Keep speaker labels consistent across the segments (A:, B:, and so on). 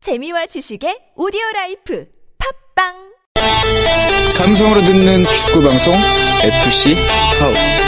A: 재미와 지식의 오디오 라이프 팝빵
B: 감성으로 듣는 축구 방송 FC 하우스.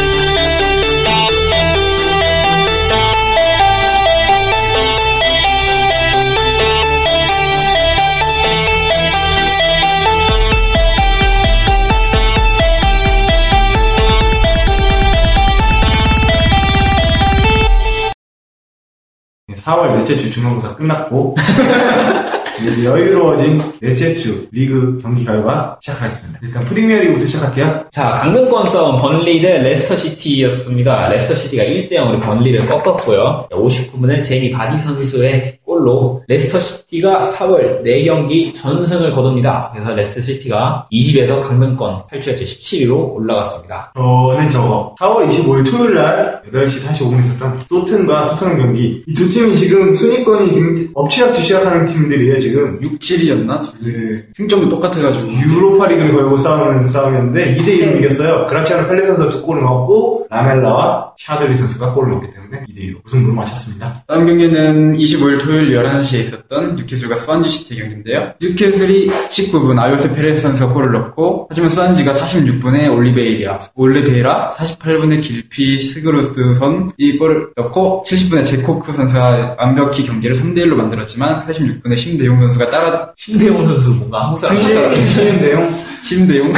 C: 네, 4월 넷째 주 중간고사 끝났고 이제 여유로워진 넷째 주 리그 경기 결과 시작하겠습니다. 일단 프리미어리그부터 시작할게요.
D: 자, 강등권 싸움 번리 대 레스터시티였습니다. 레스터시티가 1대0으로 번리를 꺾었고요. 59분에 제니 바디 선수의 골로 레스터시티가 4월 4경기 전승을 거둡니다. 그래서 레스터시티가 20에서 강등권 8주째 17위로 올라갔습니다.
C: 저는 저거 4월 25일 토요일 날 8시 45분에 있었던 소튼과 토트넘 경기 이 두 팀이 지금 순위권이 지금 엎치락치 시작하는 팀들이에요 지금
B: 6질이었나?
C: 그
B: 승점이 똑같아가지고.
C: 유로파리그를 걸고 싸우는 싸움이었는데 2대 1로
E: 네.
C: 이겼어요. 그라치아노 펠레 선수가 두 골을 넣었고 라멜라와 샤들리 선수가 골을 넣었기 때문에 2대 1로 우승으로 마쳤습니다.
B: 다음 경기는 25일 토요일 11시에 있었던 뉴캐슬과 스완지시티 경기인데요. 뉴캐슬이 19분 아요스 페레스 선수가 골을 넣고 하지만 스완지가 46분에 올리베이라 올리베이라 48분에 길피 스그루스 선이 골을 넣고 70분에 제코크 선수가 완벽히 경기를 3대1로 만들었지만 86분에 심대용 선수가 따라
D: 심대용 선수 뭔가 한국 사람
C: 시엔 시엔 대용
B: 심대용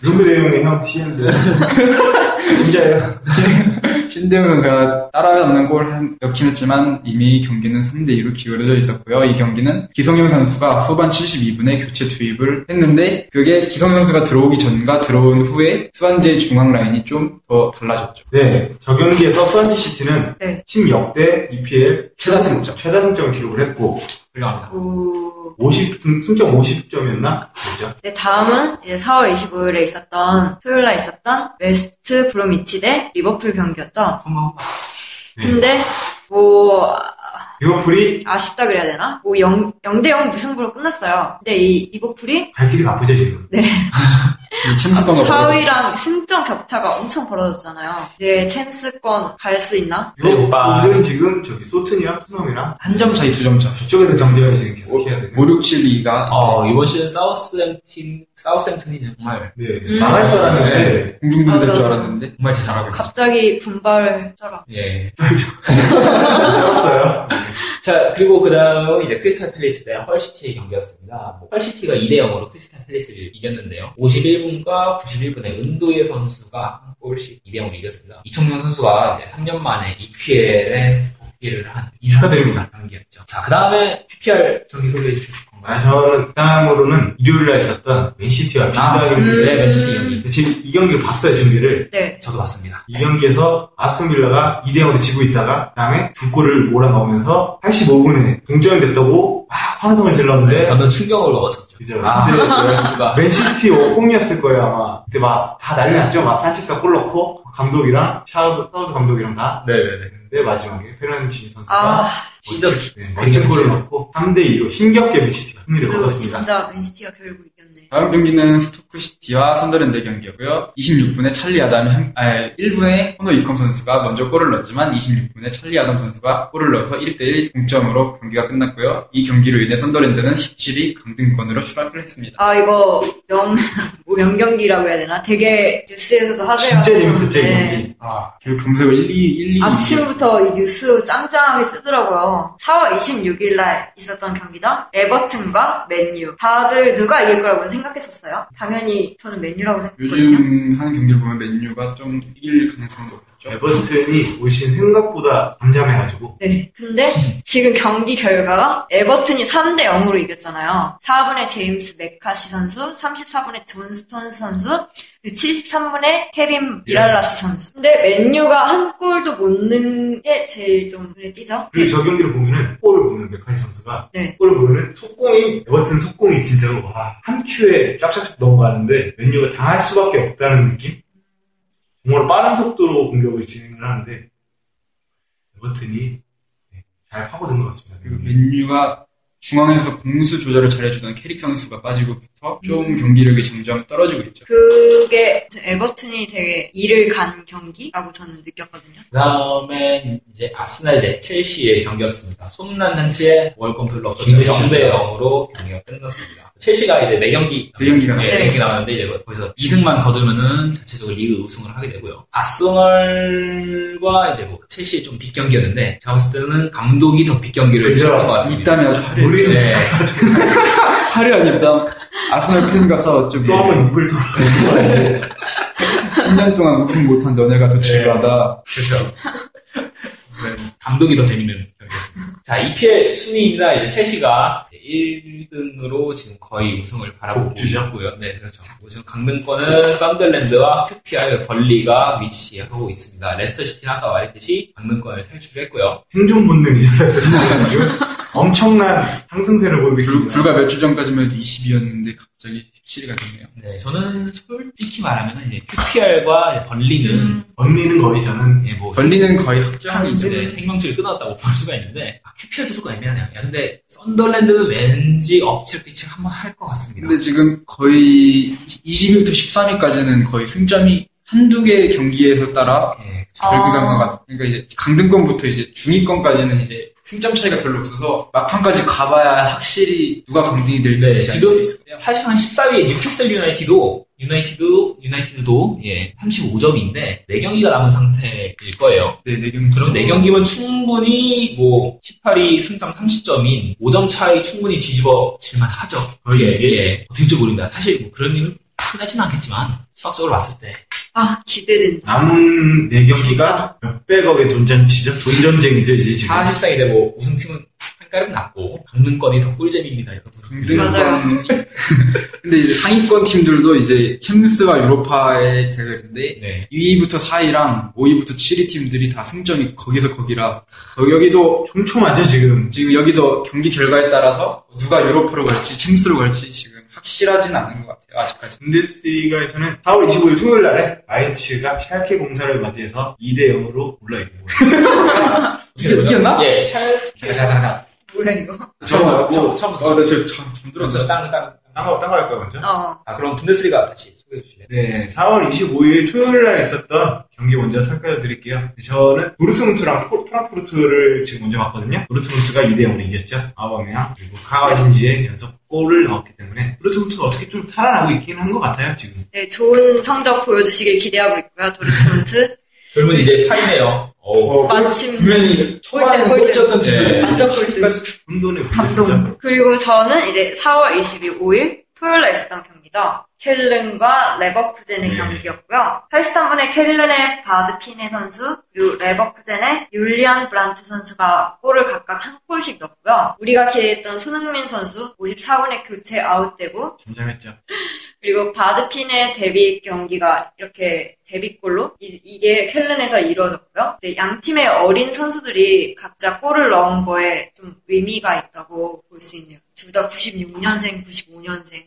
C: 누구 대용이 형 시엔 대용 진짜예요.
B: 신대우 선수가 따라잡는 골 한- 넣긴 했지만 이미 경기는 3대2로 기울어져 있었고요. 이 경기는 기성용 선수가 후반 72분에 교체 투입을 했는데 그게 기성용 선수가 들어오기 전과 들어온 후에 스완지의 중앙 라인이 좀 더 달라졌죠.
C: 네, 저 경기에서 선지 시티는
E: 네.
C: 팀 역대 EPL
B: 최다 승점.
C: 최다 승점을 기록을 했고
D: 훌륭합니다.
E: 오.
C: 50 승- 승점 50점이었나? 그렇죠. 그죠?
E: 네, 그, 다음은 이제 4월 25일에 있었던 토요일 날 있었던 웨스트 브로미치 대 리버풀 경기였죠.
C: 네.
E: 근데 뭐
C: 리버풀이
E: 아쉽다 그래야 되나? 뭐 0, 0대 0 무승부로 끝났어요. 근데 이 리버풀이
C: 갈 길이 바쁘죠 지금.
B: 네. 이제 챔스권
E: 아, 사위랑 승점 격차가 엄청 벌어졌잖아요. 이제 챔스권 갈 수 있나?
D: 세우빠.
C: 리버풀은 지금 저기 소튼이랑 토넘이랑
B: 한점 차이 두 점 차.
C: 그쪽에서 경쟁을 지금 계속 해야 되는.
B: 5, 6, 7, 2가
D: 어, 이번 시즌 사우스햄튼, 사우스햄튼이 정말,
B: 음.
C: 네, 나갈 줄
D: 네.
C: 알았는데
B: 공중분 될줄
E: 아,
B: 알았는데
D: 정말 잘하고 있어요.
E: 갑자기 분발처럼.
D: 예.
C: 떨었어요.
D: 자, 그리고 그 다음은 이제 크리스탈 팰리스 대 헐시티의 경기였습니다. 뭐, 헐시티가 2대 0으로 크리스탈 팰리스를 이겼는데요. 51분과 91분에 은도예 선수가 한 골씩 2대 0으로 이겼습니다. 이청용 선수가 이제 3년 만에 EPL에 복귀를 한
C: 축하드립니다.
D: 경기였죠. 자, 그 다음에 PPR 경기 소개해 주실 건가요?
C: 아, 저는 다음으로는 일요일 날 있었던 맨시티와 빌라
D: 아,
B: 음.
C: 경기.
D: 네, 맨시티 경기.
C: 지금 이 경기를 봤어요 준비를.
E: 네.
D: 저도 봤습니다.
C: 이 경기에서 아스톤 빌라가 2대 0으로 지고 있다가 그다음에 두 골을 몰아넣으면서 85분에 동점됐다고 막 환성을 질렀는데
D: 저는 충격을 먹었었죠.
C: 그죠.
D: 네, 아,
C: 이제
D: 멜시가.
C: 맨시티 홈이었을 거예요 아마 그때 막 다
D: 네.
C: 난리 났죠 막 산체스가 골 넣고 감독이랑 샤우드, 사우드 감독이랑 다
D: 네네네.
C: 근데 마지막에 페르난치 선수가
E: 아,
D: 진짜 그
C: 네, 멋진 골을 넣고 3대 2로 힘겹게 맨시티가 승리를
E: 그리고
C: 거뒀습니다
E: 진짜 맨시티가 결국 이겼네.
B: 다음 경기는 스토크시티와 선더랜드 경기였고요. 26분에 찰리 아담이 한, 아 1분에 호노 이컴 선수가 먼저 골을 넣었지만 26분에 찰리 아담 선수가 골을 넣어서 1대1 동점으로 경기가 끝났고요. 이 경기로 인해 선더랜드는 17위 강등권으로 추락을 했습니다.
E: 아, 이거 명, 뭐 명경기라고 해야 되나? 되게 뉴스에서도 하세요.
C: 진짜 재밌었죠 이
E: 네.
C: 경기
B: 아, 계속 검색을 1, 2, 1, 2.
E: 아침부터 이 뉴스 짱짱하게 뜨더라고요. 4월 26일 날 있었던 경기장 에버튼과 맨유. 다들 누가 이길 거라고 생각했었어요? 당연히 저는 맨유라고 생각했거든요.
B: 요즘 하는 경기를 보면 맨유가 좀 이길 가능성이 높죠.
C: 에버튼이 올 시즌 생각보다 잠잠해가지고
E: 네. 근데 지금 경기 결과가 에버튼이 3대 0으로 이겼잖아요. 4분에 제임스 맥카시 선수, 34분에 존 스톤스 선수, 73분에 케빈
B: 예.
E: 미랄라스 선수. 근데 맨유가 한 골도 못 넣는 게 제일 좀 눈에 띄죠?
B: 음.
C: 그리고 저 경기를 보면은 골을 보면 메카니 선수가
E: 네.
C: 골을 보면은 속공이 에버튼 속공이 진짜로 와, 한 큐에 쫙쫙쫙 넘어가는데 맨유가 당할 수밖에 없다는 느낌? 정말 빠른 속도로 공격을 진행을 하는데 에버튼이 네, 잘 파고든 것 같습니다.
B: 그 그리고 맨유가 중앙에서 공수 조절을 잘해주던 캐릭 선수가 빠지고부터 좀 경기력이 점점 떨어지고 있죠.
E: 그게 에버튼이 되게 이를 간 경기라고 저는 느꼈거든요.
D: 그 다음엔 이제 아스날 대 첼시의 경기였습니다. 소문난 당시에 월권 별로 없었죠.
C: 김대영
D: 0대 0으로 경기가 끝났습니다. 첼시가 이제 4경기,
B: 네 경기가
D: 네,
E: 남았죠.
D: 경기 남았는데 이제 거기서 2승만 거두면은 자체적으로 리그 우승을 하게 되고요. 아스널과 이제 뭐 첼시의 좀 빅경기였는데 제가 봤을 때는 감독이 더 빅경기를
C: 그죠.
D: 했던 것 같습니다.
B: 입담이 아주 화려했죠.
C: 우리
D: 네.
B: 화려한 입담. 아스널 팬과 싸웠죠.
C: 또 한번 입을 털어.
B: 네. 10년 동안 우승 못한 너네가 더 지루하다.
D: 그렇죠. 네, 감독이 더 재밌는 경기였습니다. 자, EPL 순위입니다. 이제 첼시가 1등으로 지금 거의 우승을 바라보고
C: 독주죠.
D: 있고요. 네, 그렇죠. 그리고 지금 강등권은 썬der랜드와 QPR 벌리가 위치하고 있습니다. 레스터시티는 아까 말했듯이 강등권을 탈출했고요.
C: 생존 본능이잖아요. 엄청난 상승세를 보이고
B: 불-
C: 있습니다.
B: 불과 몇 주 전까지만 해도 20이었는데 갑자기 17이 됐네요.
D: 네, 저는 솔직히 말하면 이제 QPR과 벌리는
C: 언니는 거의 저는
D: 예, 뭐
B: 벌리는 거의 확정이죠.
D: 이제 생명줄이 끊어졌다고 볼 수가 있는데 아, QPR도 조금 애매하네요. 야, 근데 썬더랜드는 왠지 엎치락뒤치락 한번 할 것 같습니다.
B: 근데 지금 거의 20일부터 13일까지는 거의 승점이 한두 개의 경기에서 따라
D: 예,
E: 아.
B: 결국한 것 같아요. 그러니까 이제 강등권부터 이제 중위권까지는 이제 승점 차이가 별로 없어서 막판까지 가봐야 확실히 누가 강등이 될지
D: 네,
B: 알 수
D: 지금
B: 있을 거예요.
D: 사실상 14위의 뉴캐슬 유나이티도 유나이티드 유나이티드도 예 35점인데 4경기가 남은 상태일 거예요.
B: 네, 네 경기.
D: 그럼 4경기면 충분히 뭐 18위 승점 30점인 5점 차이 충분히 뒤집어 질만 하죠.
B: 아,
C: 거의
D: 예, 예. 어떻게 될지 모릅니다. 사실 뭐 그런 일은 흔하지는 않겠지만 수학적으로 봤을 때
E: 아 기대된다.
C: 남은 네 경기가 몇백억의 돈잔치죠. 돈전쟁이죠, 이제
B: 네.
C: 지금.
D: 사실상 이제 뭐 우승팀은 한 가름 낮고 강릉권이 더 꿀잼입니다. 여러분.
B: 강등권. 근데 이제 상위권 팀들도 이제 챔스와 유로파의 대결인데
D: 네.
B: 2위부터 4위랑 5위부터 7위 팀들이 다 승점이 거기서 거기라 저 여기도
C: 촘촘하죠, 지금.
B: 지금 여기도 경기 결과에 따라서 누가 유로파로 갈지 챔스로 갈지 지금 확실하진 않은 것 같아요 아직까지
C: 분데스리가에서는 4월 25일 토요일 날에 마이츠가 샬케 공사를 맞이해서 2대 0으로 올라있고.
B: 이겨- 이겼나?
D: 예, 찰
C: 다다다다.
B: 아.
E: 뭐야 이거?
B: 처음 알고
D: 처음부터.
B: 어, 나저 잠들었죠
D: 그렇죠. 땅 땅.
C: 딴거 딴거 할까요, 먼저?
E: 어.
D: 아 그럼 분데스리가 다시 소개해 주실래요?
C: 네, 4월 25일 토요일 날 있었던 경기 먼저 설명해 드릴게요. 저는 도르트문트랑 포- 프랑크푸르트를 지금 먼저 봤거든요. 도르트문트가 2대 0으로 이겼죠. 아바메양 그리고 카와신지의 연속 골을 넣었기 때문에 도르트문트가 어떻게 좀 살아나고 있긴 한 것 같아요, 지금.
E: 네 좋은 성적 보여주시길 기대하고 있고요 도르트문트
D: 젊은 이제 파이네요. 어,
E: 마침
B: 분명히 초반에
E: 골대, 골대.
B: 꼴찌였던
D: 네.
B: 팀이
E: 완전 꿀등.
C: 혼돈에 분했었죠.
E: 감동. 그리고 저는 이제 4월 25일 토요일날 있었던 경기죠. 켈른과 레버쿠젠의
C: 네.
E: 경기였고요. 83분에 켈른의 바드피네 선수 그리고 레버쿠젠의 율리안 브란트 선수가 골을 각각 한 골씩 넣었고요. 우리가 기대했던 손흥민 선수 54분에 교체 아웃되고
C: 잠잠했죠.
E: 그리고 바드핀의 데뷔 경기가 이렇게 데뷔골로 이, 게 켈른에서 이루어졌고요. 이제 양 팀의 어린 선수들이 각자 골을 넣은 거에 좀 의미가 있다고 볼 수 있네요. 둘 다 96년생, 95년생.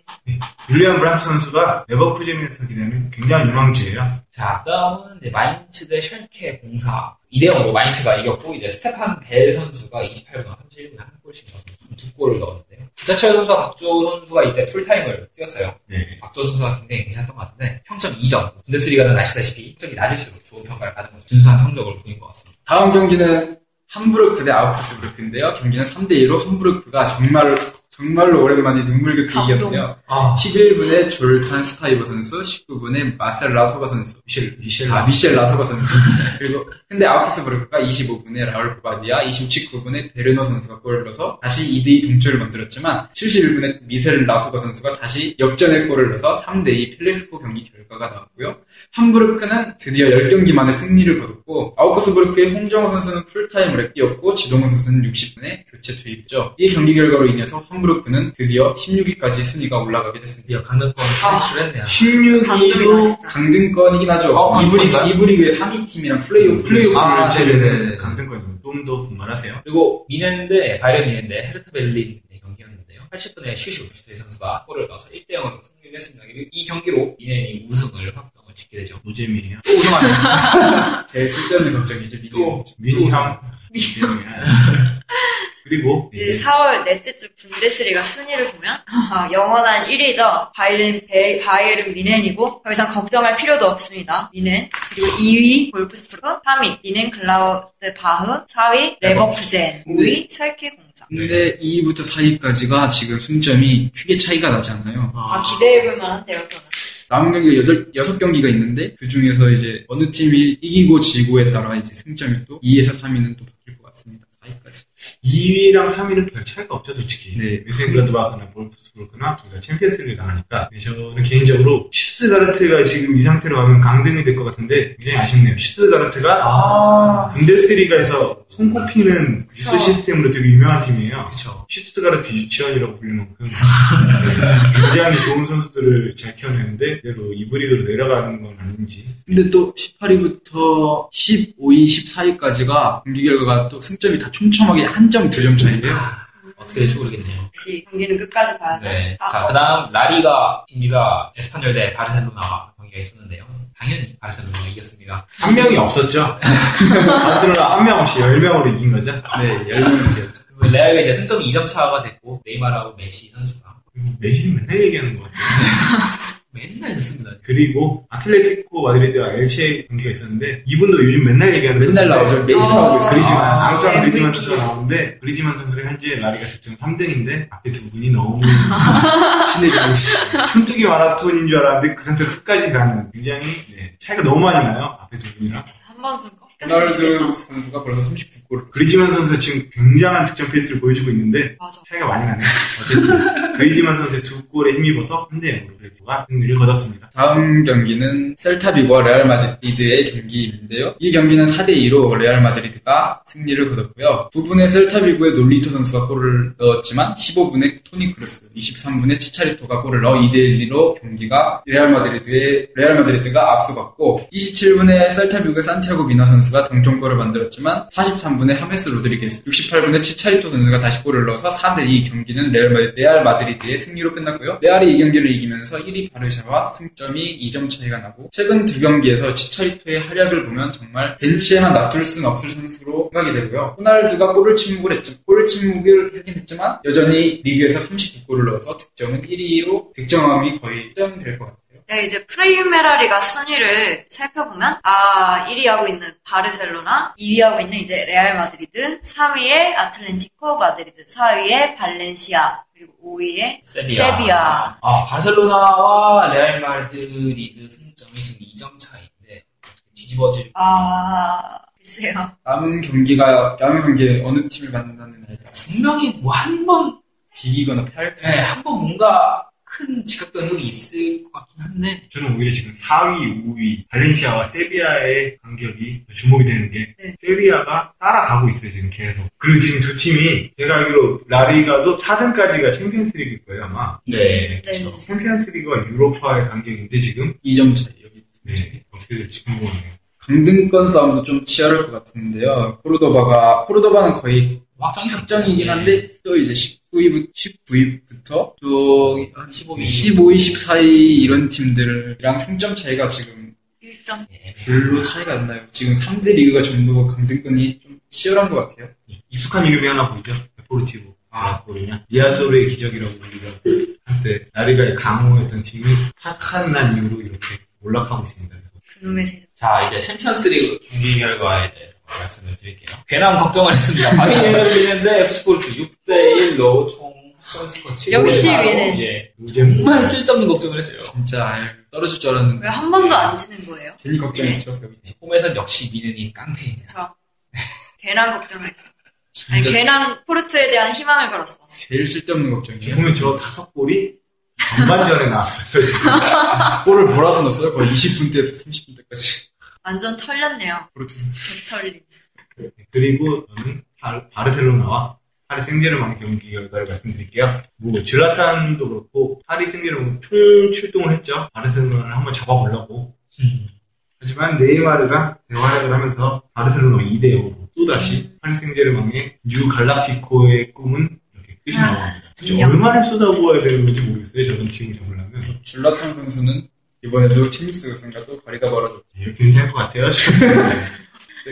E: 그
C: 윌리엄 브람스 선수가 레버쿠젠에서 기대는 굉장히 유망주예요.
D: 자 다음은 이제 마인츠 대 샬케 공사 2대 0으로 마인츠가 이겼고 이제 스테판 벨 선수가 28분, 31분 한 골씩 넣어서 두 골을 넣었는데요. 부자철 선수와 박조 선수가 이때 풀타임을 뛰었어요.
C: 네.
D: 박조 선수가 굉장히 괜찮았던 것 같은데 평점 2점. 분데스리가는 아시다시피 평점이 낮을수록 좋은 평가를 받은 거죠. 준수한 성적을 보인 것 같습니다.
B: 다음 경기는 함부르크 대 아우크스부르크인데요 경기는 3대2로 함부르크가 정말 정말로 오랜만에 눈물겹게
E: 감동.
B: 이겼네요
C: 아,
B: 11분에 졸탄 스타이버 선수, 19분에 마셀 라소가 선수,
C: 미셸, 미셸.
B: 아, 미셸 라소가 선수. 그리고 근데 아우크스부르크가 25분에 라울 보바디아, 29분에 베르너 선수가 골을 넣어서 다시 2대2 동점을 만들었지만 71분에 미셀 라소가 선수가 다시 역전의 골을 넣어서 3대2 플레스코 경기 결과가 나왔고요. 함부르크는 드디어 10경기 만에 승리를 거뒀고 아우크스부르크의 홍정호 선수는 풀타임을 뛰었고 지동훈 선수는 60분에 교체 투입죠. 이 경기 결과로 인해서 함부르크는 드디어 16위까지 순위가 올라가게 됐습니다.
D: 드디어 강등권 탈출했네요.
C: 16위로
E: 감동이다,
B: 강등권이긴 하죠.
D: 어,
B: 이브리,
D: 강등권?
B: 이브리그의 3위 팀이랑 플레이오프
C: 플레이오프를
D: 아, 네네네.
C: 치르는 강등권 좀더 분발하세요.
D: 그리고 미넨데 바이에른 미넨데 헤르트 베를린 네 경기였는데요. 80분에 슈슈 슈테 선수가 골을 넣어서 1대 0으로 승리를 했습니다. 그리고 이 경기로 미넨이 우승을 확정을 짓게 되죠.
C: 노잼이에요.
D: 또 우승하네요.
B: 제일 쓸데없는 걱정이죠. 미드.
D: 또
C: 미니함.
E: 미-
C: 노잼이야. 네, 그리고
E: 이제
C: 이제
E: 4월 넷째 주 분데스리가 순위를 보면 아, 영원한 1위죠. 바이에른 베- 바이에른 미넨이고 더 이상 걱정할 필요도 없습니다. 미넨 그리고 2위 볼프스부르크, 3위 미넨 글라우드 바흐, 4위 레버쿠젠, 5위 설케 공장.
B: 근데 2위부터 4위까지가 지금 승점이 크게 차이가 나지 않나요?
E: 아 기대해볼 만한데요, 저는.
B: 남은 경기가 여덟, 여섯 경기가 있는데 그 중에서 이제 어느 팀이 이기고 지고에 따라 이제 승점이 또 2에서 3위는 또 바뀔 것 같습니다. 4위까지.
C: 2위랑 3위는 별 차이가 없죠, 솔직히.
B: 네.
C: 위생글라드바크나 볼프스부르크나 둘 다 챔피언스를 나가니까. 근데 저는 개인적으로 슈트가르트가 지금 이 상태로 가면 강등이 될 것 같은데 굉장히 아쉽네요. 슈트가르트가
D: 아,
C: 분데스리가에서 손꼽히는 뉴스
E: 어.
C: 시스템으로 되게 유명한 팀이에요.
D: 그쵸.
C: 슈트가르트 유치원이라고 불릴 만큼 굉장히 좋은 선수들을 잘 키워내는데 그대로 이브리그로 내려가는 건 아닌지
B: 근데 또 18위부터 15위, 14위까지가 경기 결과가 또 승점이 다 촘촘하게 한 점, 두 점 차이예요.
D: 아. 어떻게 될지 모르겠네요.
E: 역시 경기는 끝까지 봐야 돼.
D: 네.
E: 아,
D: 자, 그 다음, 라리가입니다. 에스파뇰 대 바르셀로나 경기가 있었는데요. 당연히 바르셀로나가 이겼습니다.
C: 한 명이 없었죠. 바르셀로나 한 명 없이 10명으로 이긴 거죠.
B: 네, 열명이 되었죠.
D: 그리고 레알이 이제 승점이 2점 차가 됐고, 네이마르하고 메시 선수가
C: 그리고 매실 맨날 얘기하는 것 같아요.
D: 맨날 습니다
C: 그리고 아틀레티코 마드리드와 엘체 경기가 있었는데 이분도 요즘 맨날 얘기하는
B: 맨날
C: 선수인데
B: 나오죠. 메이스하고
E: 어.
C: 그리지만
E: 아,
C: 앙짱 그리지만
E: MVP.
C: 선수가 나오는데 그리지만 선수가 현재 라리가 득점 3등인데 앞에 두 분이 너무
B: 신의 경기.
C: 손뜨기 마라톤인 줄 알았는데 그 상태로 끝까지 가는 굉장히 네, 차이가 너무 많이 나요 앞에 두 분이랑
E: 한번 좀 꺾였으면
B: 호날두
E: 좋겠다.
B: 선수가 벌써 39골을.
C: 그리지만 선수가 지금 굉장한 득점 페이스를 보여주고 있는데
E: 맞아.
C: 차이가 많이 나네요 어쨌든 그리지만 선수의 두 골에 힘입어서 3대 0으로 레드가 승리를 거뒀습니다
B: 다음 경기는 셀타비고와 레알 마드리드의 경기인데요. 이 경기는 4대 2로 레알 마드리드가 승리를 거뒀고요. 9분에 셀타비고의 놀리토 선수가 골을 넣었지만 15분에 토니 크루스, 23분에 치차리토가 골을 넣어 2대 1로 경기가 레알 마드리드의 레알 마드리드가 앞서갔고 27분에 셀타비고의 산티아고 미나 선수가 동점골을 만들었지만 43분에 하메스 로드리게스, 68분에 치차리토 선수가 다시 골을 넣어서 4대2 경기는 레알, 마- 레알 마드리드의 승리로 끝났고요. 레알이 이 경기를 이기면서 1위 바르샤와 승점이 2점 차이가 나고 최근 두 경기에서 치차리토의 활약을 보면 정말 벤치에만 놔둘 수는 없을 선수로 생각이 되고요. 호날두가 골을 침묵을 했지, 골 침묵을 하긴 했지만 여전히 리그에서 39골을 넣어서 득점은 1위로 득점함이 거의 수정될 것 같아요.
E: 네, 이제 프레이메라리가 순위를 살펴보면, 아, 1위하고 있는 바르셀로나, 2위하고 있는 이제 레알 마드리드, 3위에 아틀레티코 마드리드, 4위에 발렌시아, 그리고 5위에
D: 세비야.
E: 세비야.
D: 아, 바르셀로나와 레알 마드리드 승점이 지금 2점 차이인데, 뒤집어질.
E: 아, 글쎄요.
B: 남은 경기가 남은 경기에 어느 팀을 만나는 날에 따라
D: 분명히 뭐 한 번,
B: 비기거나 패할 때
D: 예, 한번 뭔가 큰 지각 변동이 있을 것 같긴 한데,
C: 저는 오히려 지금 4위, 5위 발렌시아와 세비야의 간격이 더 주목이 되는 게
E: 네.
C: 세비야가 따라가고 있어요 지금 계속 그리고 지금 두 팀이 제가 알기로 라리가도 4등까지가 챔피언스리그일 거예요 아마
D: 네.
E: 네.
D: 그렇죠.
C: 챔피언스리그와 유로파의 간격인데 지금
B: 2점 차이 여기
C: 네, 어떻게 될지 궁금하네요
B: 강등권 싸움도 좀 치열할 것 같은데요. 코르도바가 코르도바는 거의
D: 확정이
B: 확정이긴
D: 네.
B: 한데 또 이제 19위부, 19위부터 또 한
D: 15위.
B: 15위, 14위 이런 팀들이랑 승점 차이가 지금
E: 1점.
D: 네.
B: 별로 차이가 안 나요. 지금 3대 리그가 전부 강등권이 좀 치열한 것 같아요.
C: 네. 익숙한 이름이 하나 보이죠? 데포르티보.
B: 아.
C: 라스코르냐? 리아소르의 기적이라고 우리가 한때 나리가 강호했던 팀이 탁한 난 이후로 이렇게 올라가고 있습니다. 그래서
E: 그놈의 세죠.
D: 자, 이제 챔피언스리그 경기 결과에 대해서 말씀을 드릴게요. 괜한 걱정을 했습니다. 바이에른 미넨데 FC 포르투 6대 1로 총 선스코 7
E: 역시 미넨.
D: 예.
C: 요즘
D: 정말 쓸데없는 걱정을 했어요.
B: 진짜 아유, 떨어질 줄 알았는데
E: 왜 한 번도 안
D: 네.
E: 지는 거예요?
B: 괜히 걱정했죠. 여기 팀.
D: 홈에선 역시 미넨이 깡패입니다.
E: 저. 괜한 걱정을 했어. 아니,
B: 진짜
E: 괜한 포르투에 대한 희망을 걸었어.
B: 제일 쓸데없는 걱정이에요.
C: 보면 저 다섯 골이 전반전에 나왔어요.
B: 골을 몰아서 넣었어요. 거의 20분 때부터 30분 때까지.
E: 완전 털렸네요.
D: 그렇죠.
E: 개털림.
C: 그리고 저는 바- 바르셀로나와 파리 생제르맹 경기 결과를 말씀드릴게요. 뭐 질라탄도 그렇고 파리 생제르맹 총 출동을 했죠. 바르셀로나를 한번 잡아보려고. 하지만 네이마르가 대활약을 하면서 바르셀로나 2대 0으로 또 다시 파리 생제르맹의 뉴 갈라티코의 꿈은 이렇게 끝이
E: 아,
C: 나옵니다. 그쵸?
E: 인정.
C: 얼마나 쏟아부어야 되는 건지 모르겠어요. 저는 지금 잡으려면
B: 줄라탄
C: 예,
B: 선수는 이번에도 챔스 우승과 또 거리가 멀어졌죠.
C: 이렇게 괜찮을 것 같아요. 지금.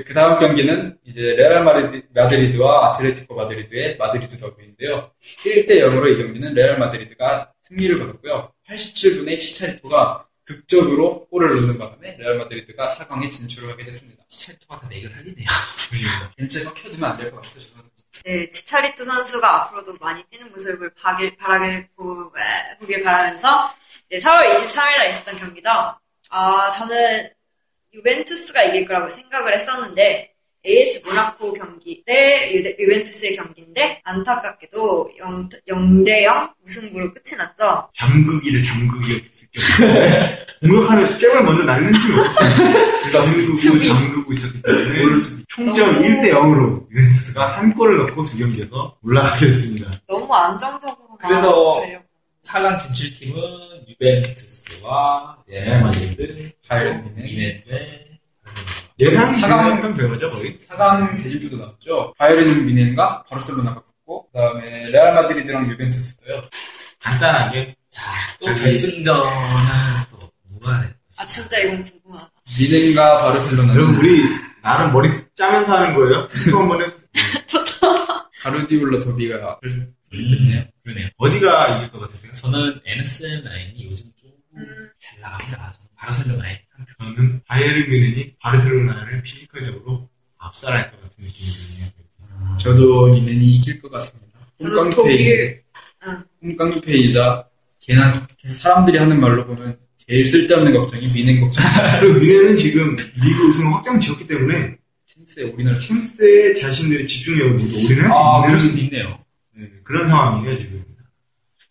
B: 그 다음 경기는 이제 레알 마드리- 마드리드와 아틀레티코 마드리드의 마드리드 더비인데요. 1대 0으로 이 경기는 레알 마드리드가 승리를 거뒀고요. 87분에 치차리토가 극적으로 골을 넣는 바람에 레알 마드리드가 4강에 진출을 하게 됐습니다.
D: 첼토가 다 매겨 살리네요.
B: 벤치에 섞여두면 안 될 것 같아요. 저는.
E: 네, 지차리트 선수가 앞으로도 많이 뛰는 모습을 바길, 바라길, 보, 에, 보길 바라면서 네, 4월 23일에 있었던 경기죠. 아, 저는 유벤투스가 이길 거라고 생각을 했었는데 AS 모나코 경기 때 유데- 유벤투스의 경기인데 안타깝게도 0, 0대0 무승부로 끝이 났죠.
C: 잠그기를 잠그기였을 경우 공격하는 잽을 먼저 날리는 팀이 없어요. 잠그고
E: 수비.
C: 잠그고 있었기 때문에 총점
E: 너무-
C: 1대 0으로 유벤투스가 한 골을 넣고 두 경기에서 올라가게 됐습니다.
E: 너무 안정적으로
D: 그래서-
E: 가려고.
D: 4강 진출팀은 유벤투스와
C: 네,
D: 레알 마드리드,
B: 예, 바이에른미네.
D: 미네네,
C: 예상
B: 사강-
C: 사강했던 배우죠 거의.
B: 4강 대진표도 나왔죠. 바이에른 미넨과 바르셀로나가 붙고 그다음에 레알 마드리드랑 유벤투스도요.
C: 간단하게
D: 또 결승전은 또 누가 내?
E: 아, 진짜 이건 궁금하다.
B: 미넨과 바르셀로나
C: 여러분 우리 나름 머리 짜면서 하는 거예요. 이거 한번 해.
B: 가르디올라 더비가 설립됐네요.
D: 그러네요.
C: 어디가 이길 것 같으세요?
D: 저는 에너슨 라인이 요즘 좀
E: 음.
D: 잘 나갑니다. 저는 바르셀로나에
C: 저는 바이에른 뮌헨이 바르셀로나를 피지컬적으로 압살할 것 같은 느낌이 드네요.
B: 저도 미넨이 이길 것 같습니다.
E: 저도
B: 홈깡패인데
E: 응.
B: 홈깡패이자 걔는 사람들이 하는 말로 보면 제일 쓸데없는 걱정이 미넨 걱정.
C: 그리고 미네는 지금 리그 우승을 확정 지었기 때문에
B: 침스에 우리나라
C: 팀스에 자신들의 집중력을 모두 올인할 수
D: 아, 그럴
C: 있는
D: 수도 있네요.
C: 네, 그런 상황이에요 지금.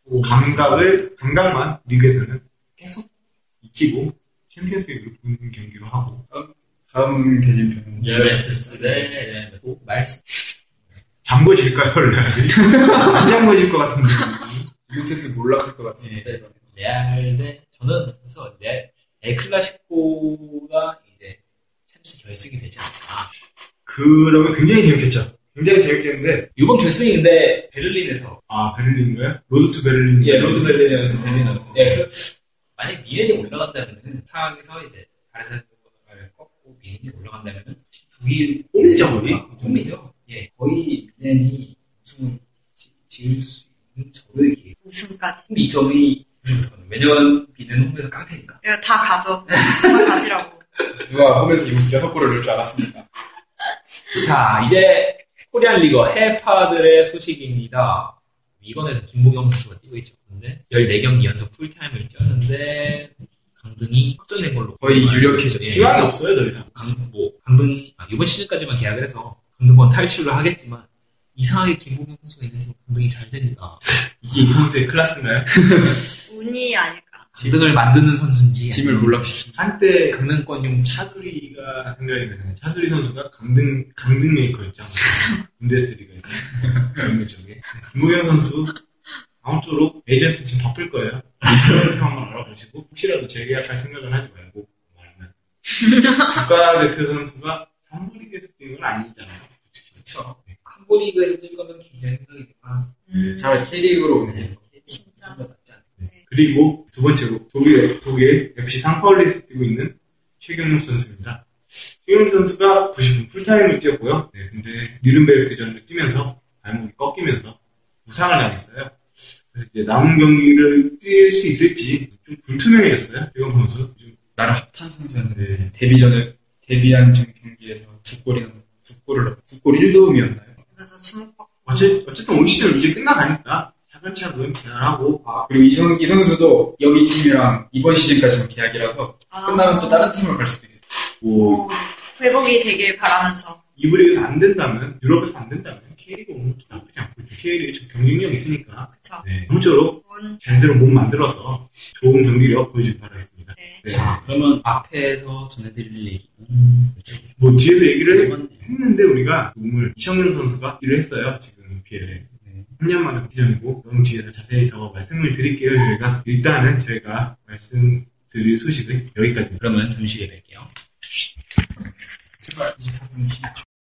C: 그 감각을 감각만 리그에서는 계속 익히고 챔피언스리그 보는 경기로 하고
B: 다음 대진표는
D: 유벤투스 대 레알 마드리드. 오, 네, 말씀.
C: 잠궈질까요 레알이? 안 잠궈질 것 같은 느낌이.
B: 유벤투스 몰락할 것 같습니다.
D: 네.
B: 이번에.
D: 레알 대 저는 그래서 레알 엘클라시코가 이제 챔스 결승이 되지 않을까.
C: 그러면 굉장히 재밌겠죠. 굉장히 재밌겠는데
D: 이번 결승이 근데 베를린에서
C: 아 베를린인가요? 로드 투 베를린.
D: 예, 로드 베를린에서 베를린에서 예, 그, 만약 미네이 올라간다면은 상황에서 이제 바르셀로나를 꺾고 미네이 올라간다면은 독일
C: 홈이죠, 거기?
D: 홈이죠. 예, 거의 미네이 우승을 지- 지을 수 있는 저의 기회.
E: 우승까지.
D: 홈이 점이 우승부터는 왜냐면 미네는 홈에서 깡패니까.
E: 이거 다 가져. 다 가지라고.
B: 누가 홈에서 이거 여섯 골을 넣을 줄 알았습니까?
D: 자, 이제 코리안 리거 해파들의 소식입니다. 이번에서 김보경 선수가 뛰고 있죠. 근데 14경기 연속 풀타임을 뛰었는데 강등이 확정이 된 걸로
B: 거의 유력해졌죠.
D: 예.
C: 기왕이 없어요 더 이상.
D: 강, 뭐 강등 아, 이번 시즌까지만 계약을 해서 강등권 탈출을 하겠지만 이상하게 김보경 선수가 있는 중 강등이 잘 됩니다.
C: 이게 이 선수의 클래스인가요?
E: 운이 아닐까.
D: 강등을 만드는 선수인지
B: 팀을
D: 아니면
B: 몰락시키.
C: 한때
D: 강등권용 차
C: 차두리가 생각이 나요. 차두리 선수가 강등 강등 메이커였죠. 분데스리가 있는 쪽에 김보경 선수 아무쪼록 에이전트 지금 바쁠 거예요. 그런 상황을 알아보시고 혹시라도 재계약할 생각은 하지 말고 말하면 국가대표 선수가 3부리그에서 뛰는 건 아니잖아요. 솔직히.
D: 그렇죠. 한보리그에서 뛸 거면 굉장히 생각이 되지만
E: 음,
B: 잘 K리그로 오는 게
E: 진짜.
D: 맞지 않나.
C: 그리고 두 번째로 독일 독일 FC 상파울리에서 뛰고 있는 최경록 선수입니다. 최경록 선수가 90분 풀타임을 뛰었고요. 네, 근데 뉘른베르크전을 뛰면서 발목이 꺾이면서 부상을 당했어요. 그래서 이제 남은 경기를 뛸 수 있을지 좀 불투명해졌어요. 최경록 선수. 네. 요즘
B: 나름 핫한 선수였는데 데뷔 전에 데뷔한 전 경기에서 두 골이나 두 골을 넣고 두골 1도움이었나요?
E: 그래서 주목받고.
C: 어째, 어쨌든 올 시즌 이제 끝나가니까 차근차근 계약하고
B: 그리고 이, 선, 이 선수도 여기 팀이랑 이번 시즌까지만 계약이라서 끝나면 또 다른 팀으로 갈 수도 있어요.
C: 뭐
E: 회복이 되길 바라면서.
C: 이브리에서 안 된다면 유럽에서 안 된다면 K리그 오는 것도 나쁘지 않고 K리그 참 경쟁력 있으니까
E: 그쵸.
C: 네, 아무쪼록
E: 운.
C: 제대로 몸 만들어서 좋은 경기력 보여주길 바라겠습니다.
E: 네.
C: 네.
D: 자, 그러면 앞에서 전해드릴 얘기. 음,
C: 뭐 뒤에서 얘기를 해-
D: 이건
C: 했는데 우리가 오늘 이청용 선수가 일을 했어요. 지금 PL에.
B: 네.
C: 3년 만에 기전이고 너무 뒤에서 자세히 더 말씀을 드릴게요. 저희가 일단은 저희가 말씀드릴 소식은 여기까지입니다.
D: 그러면 잠시 후에 뵐게요.
B: 24분 20초.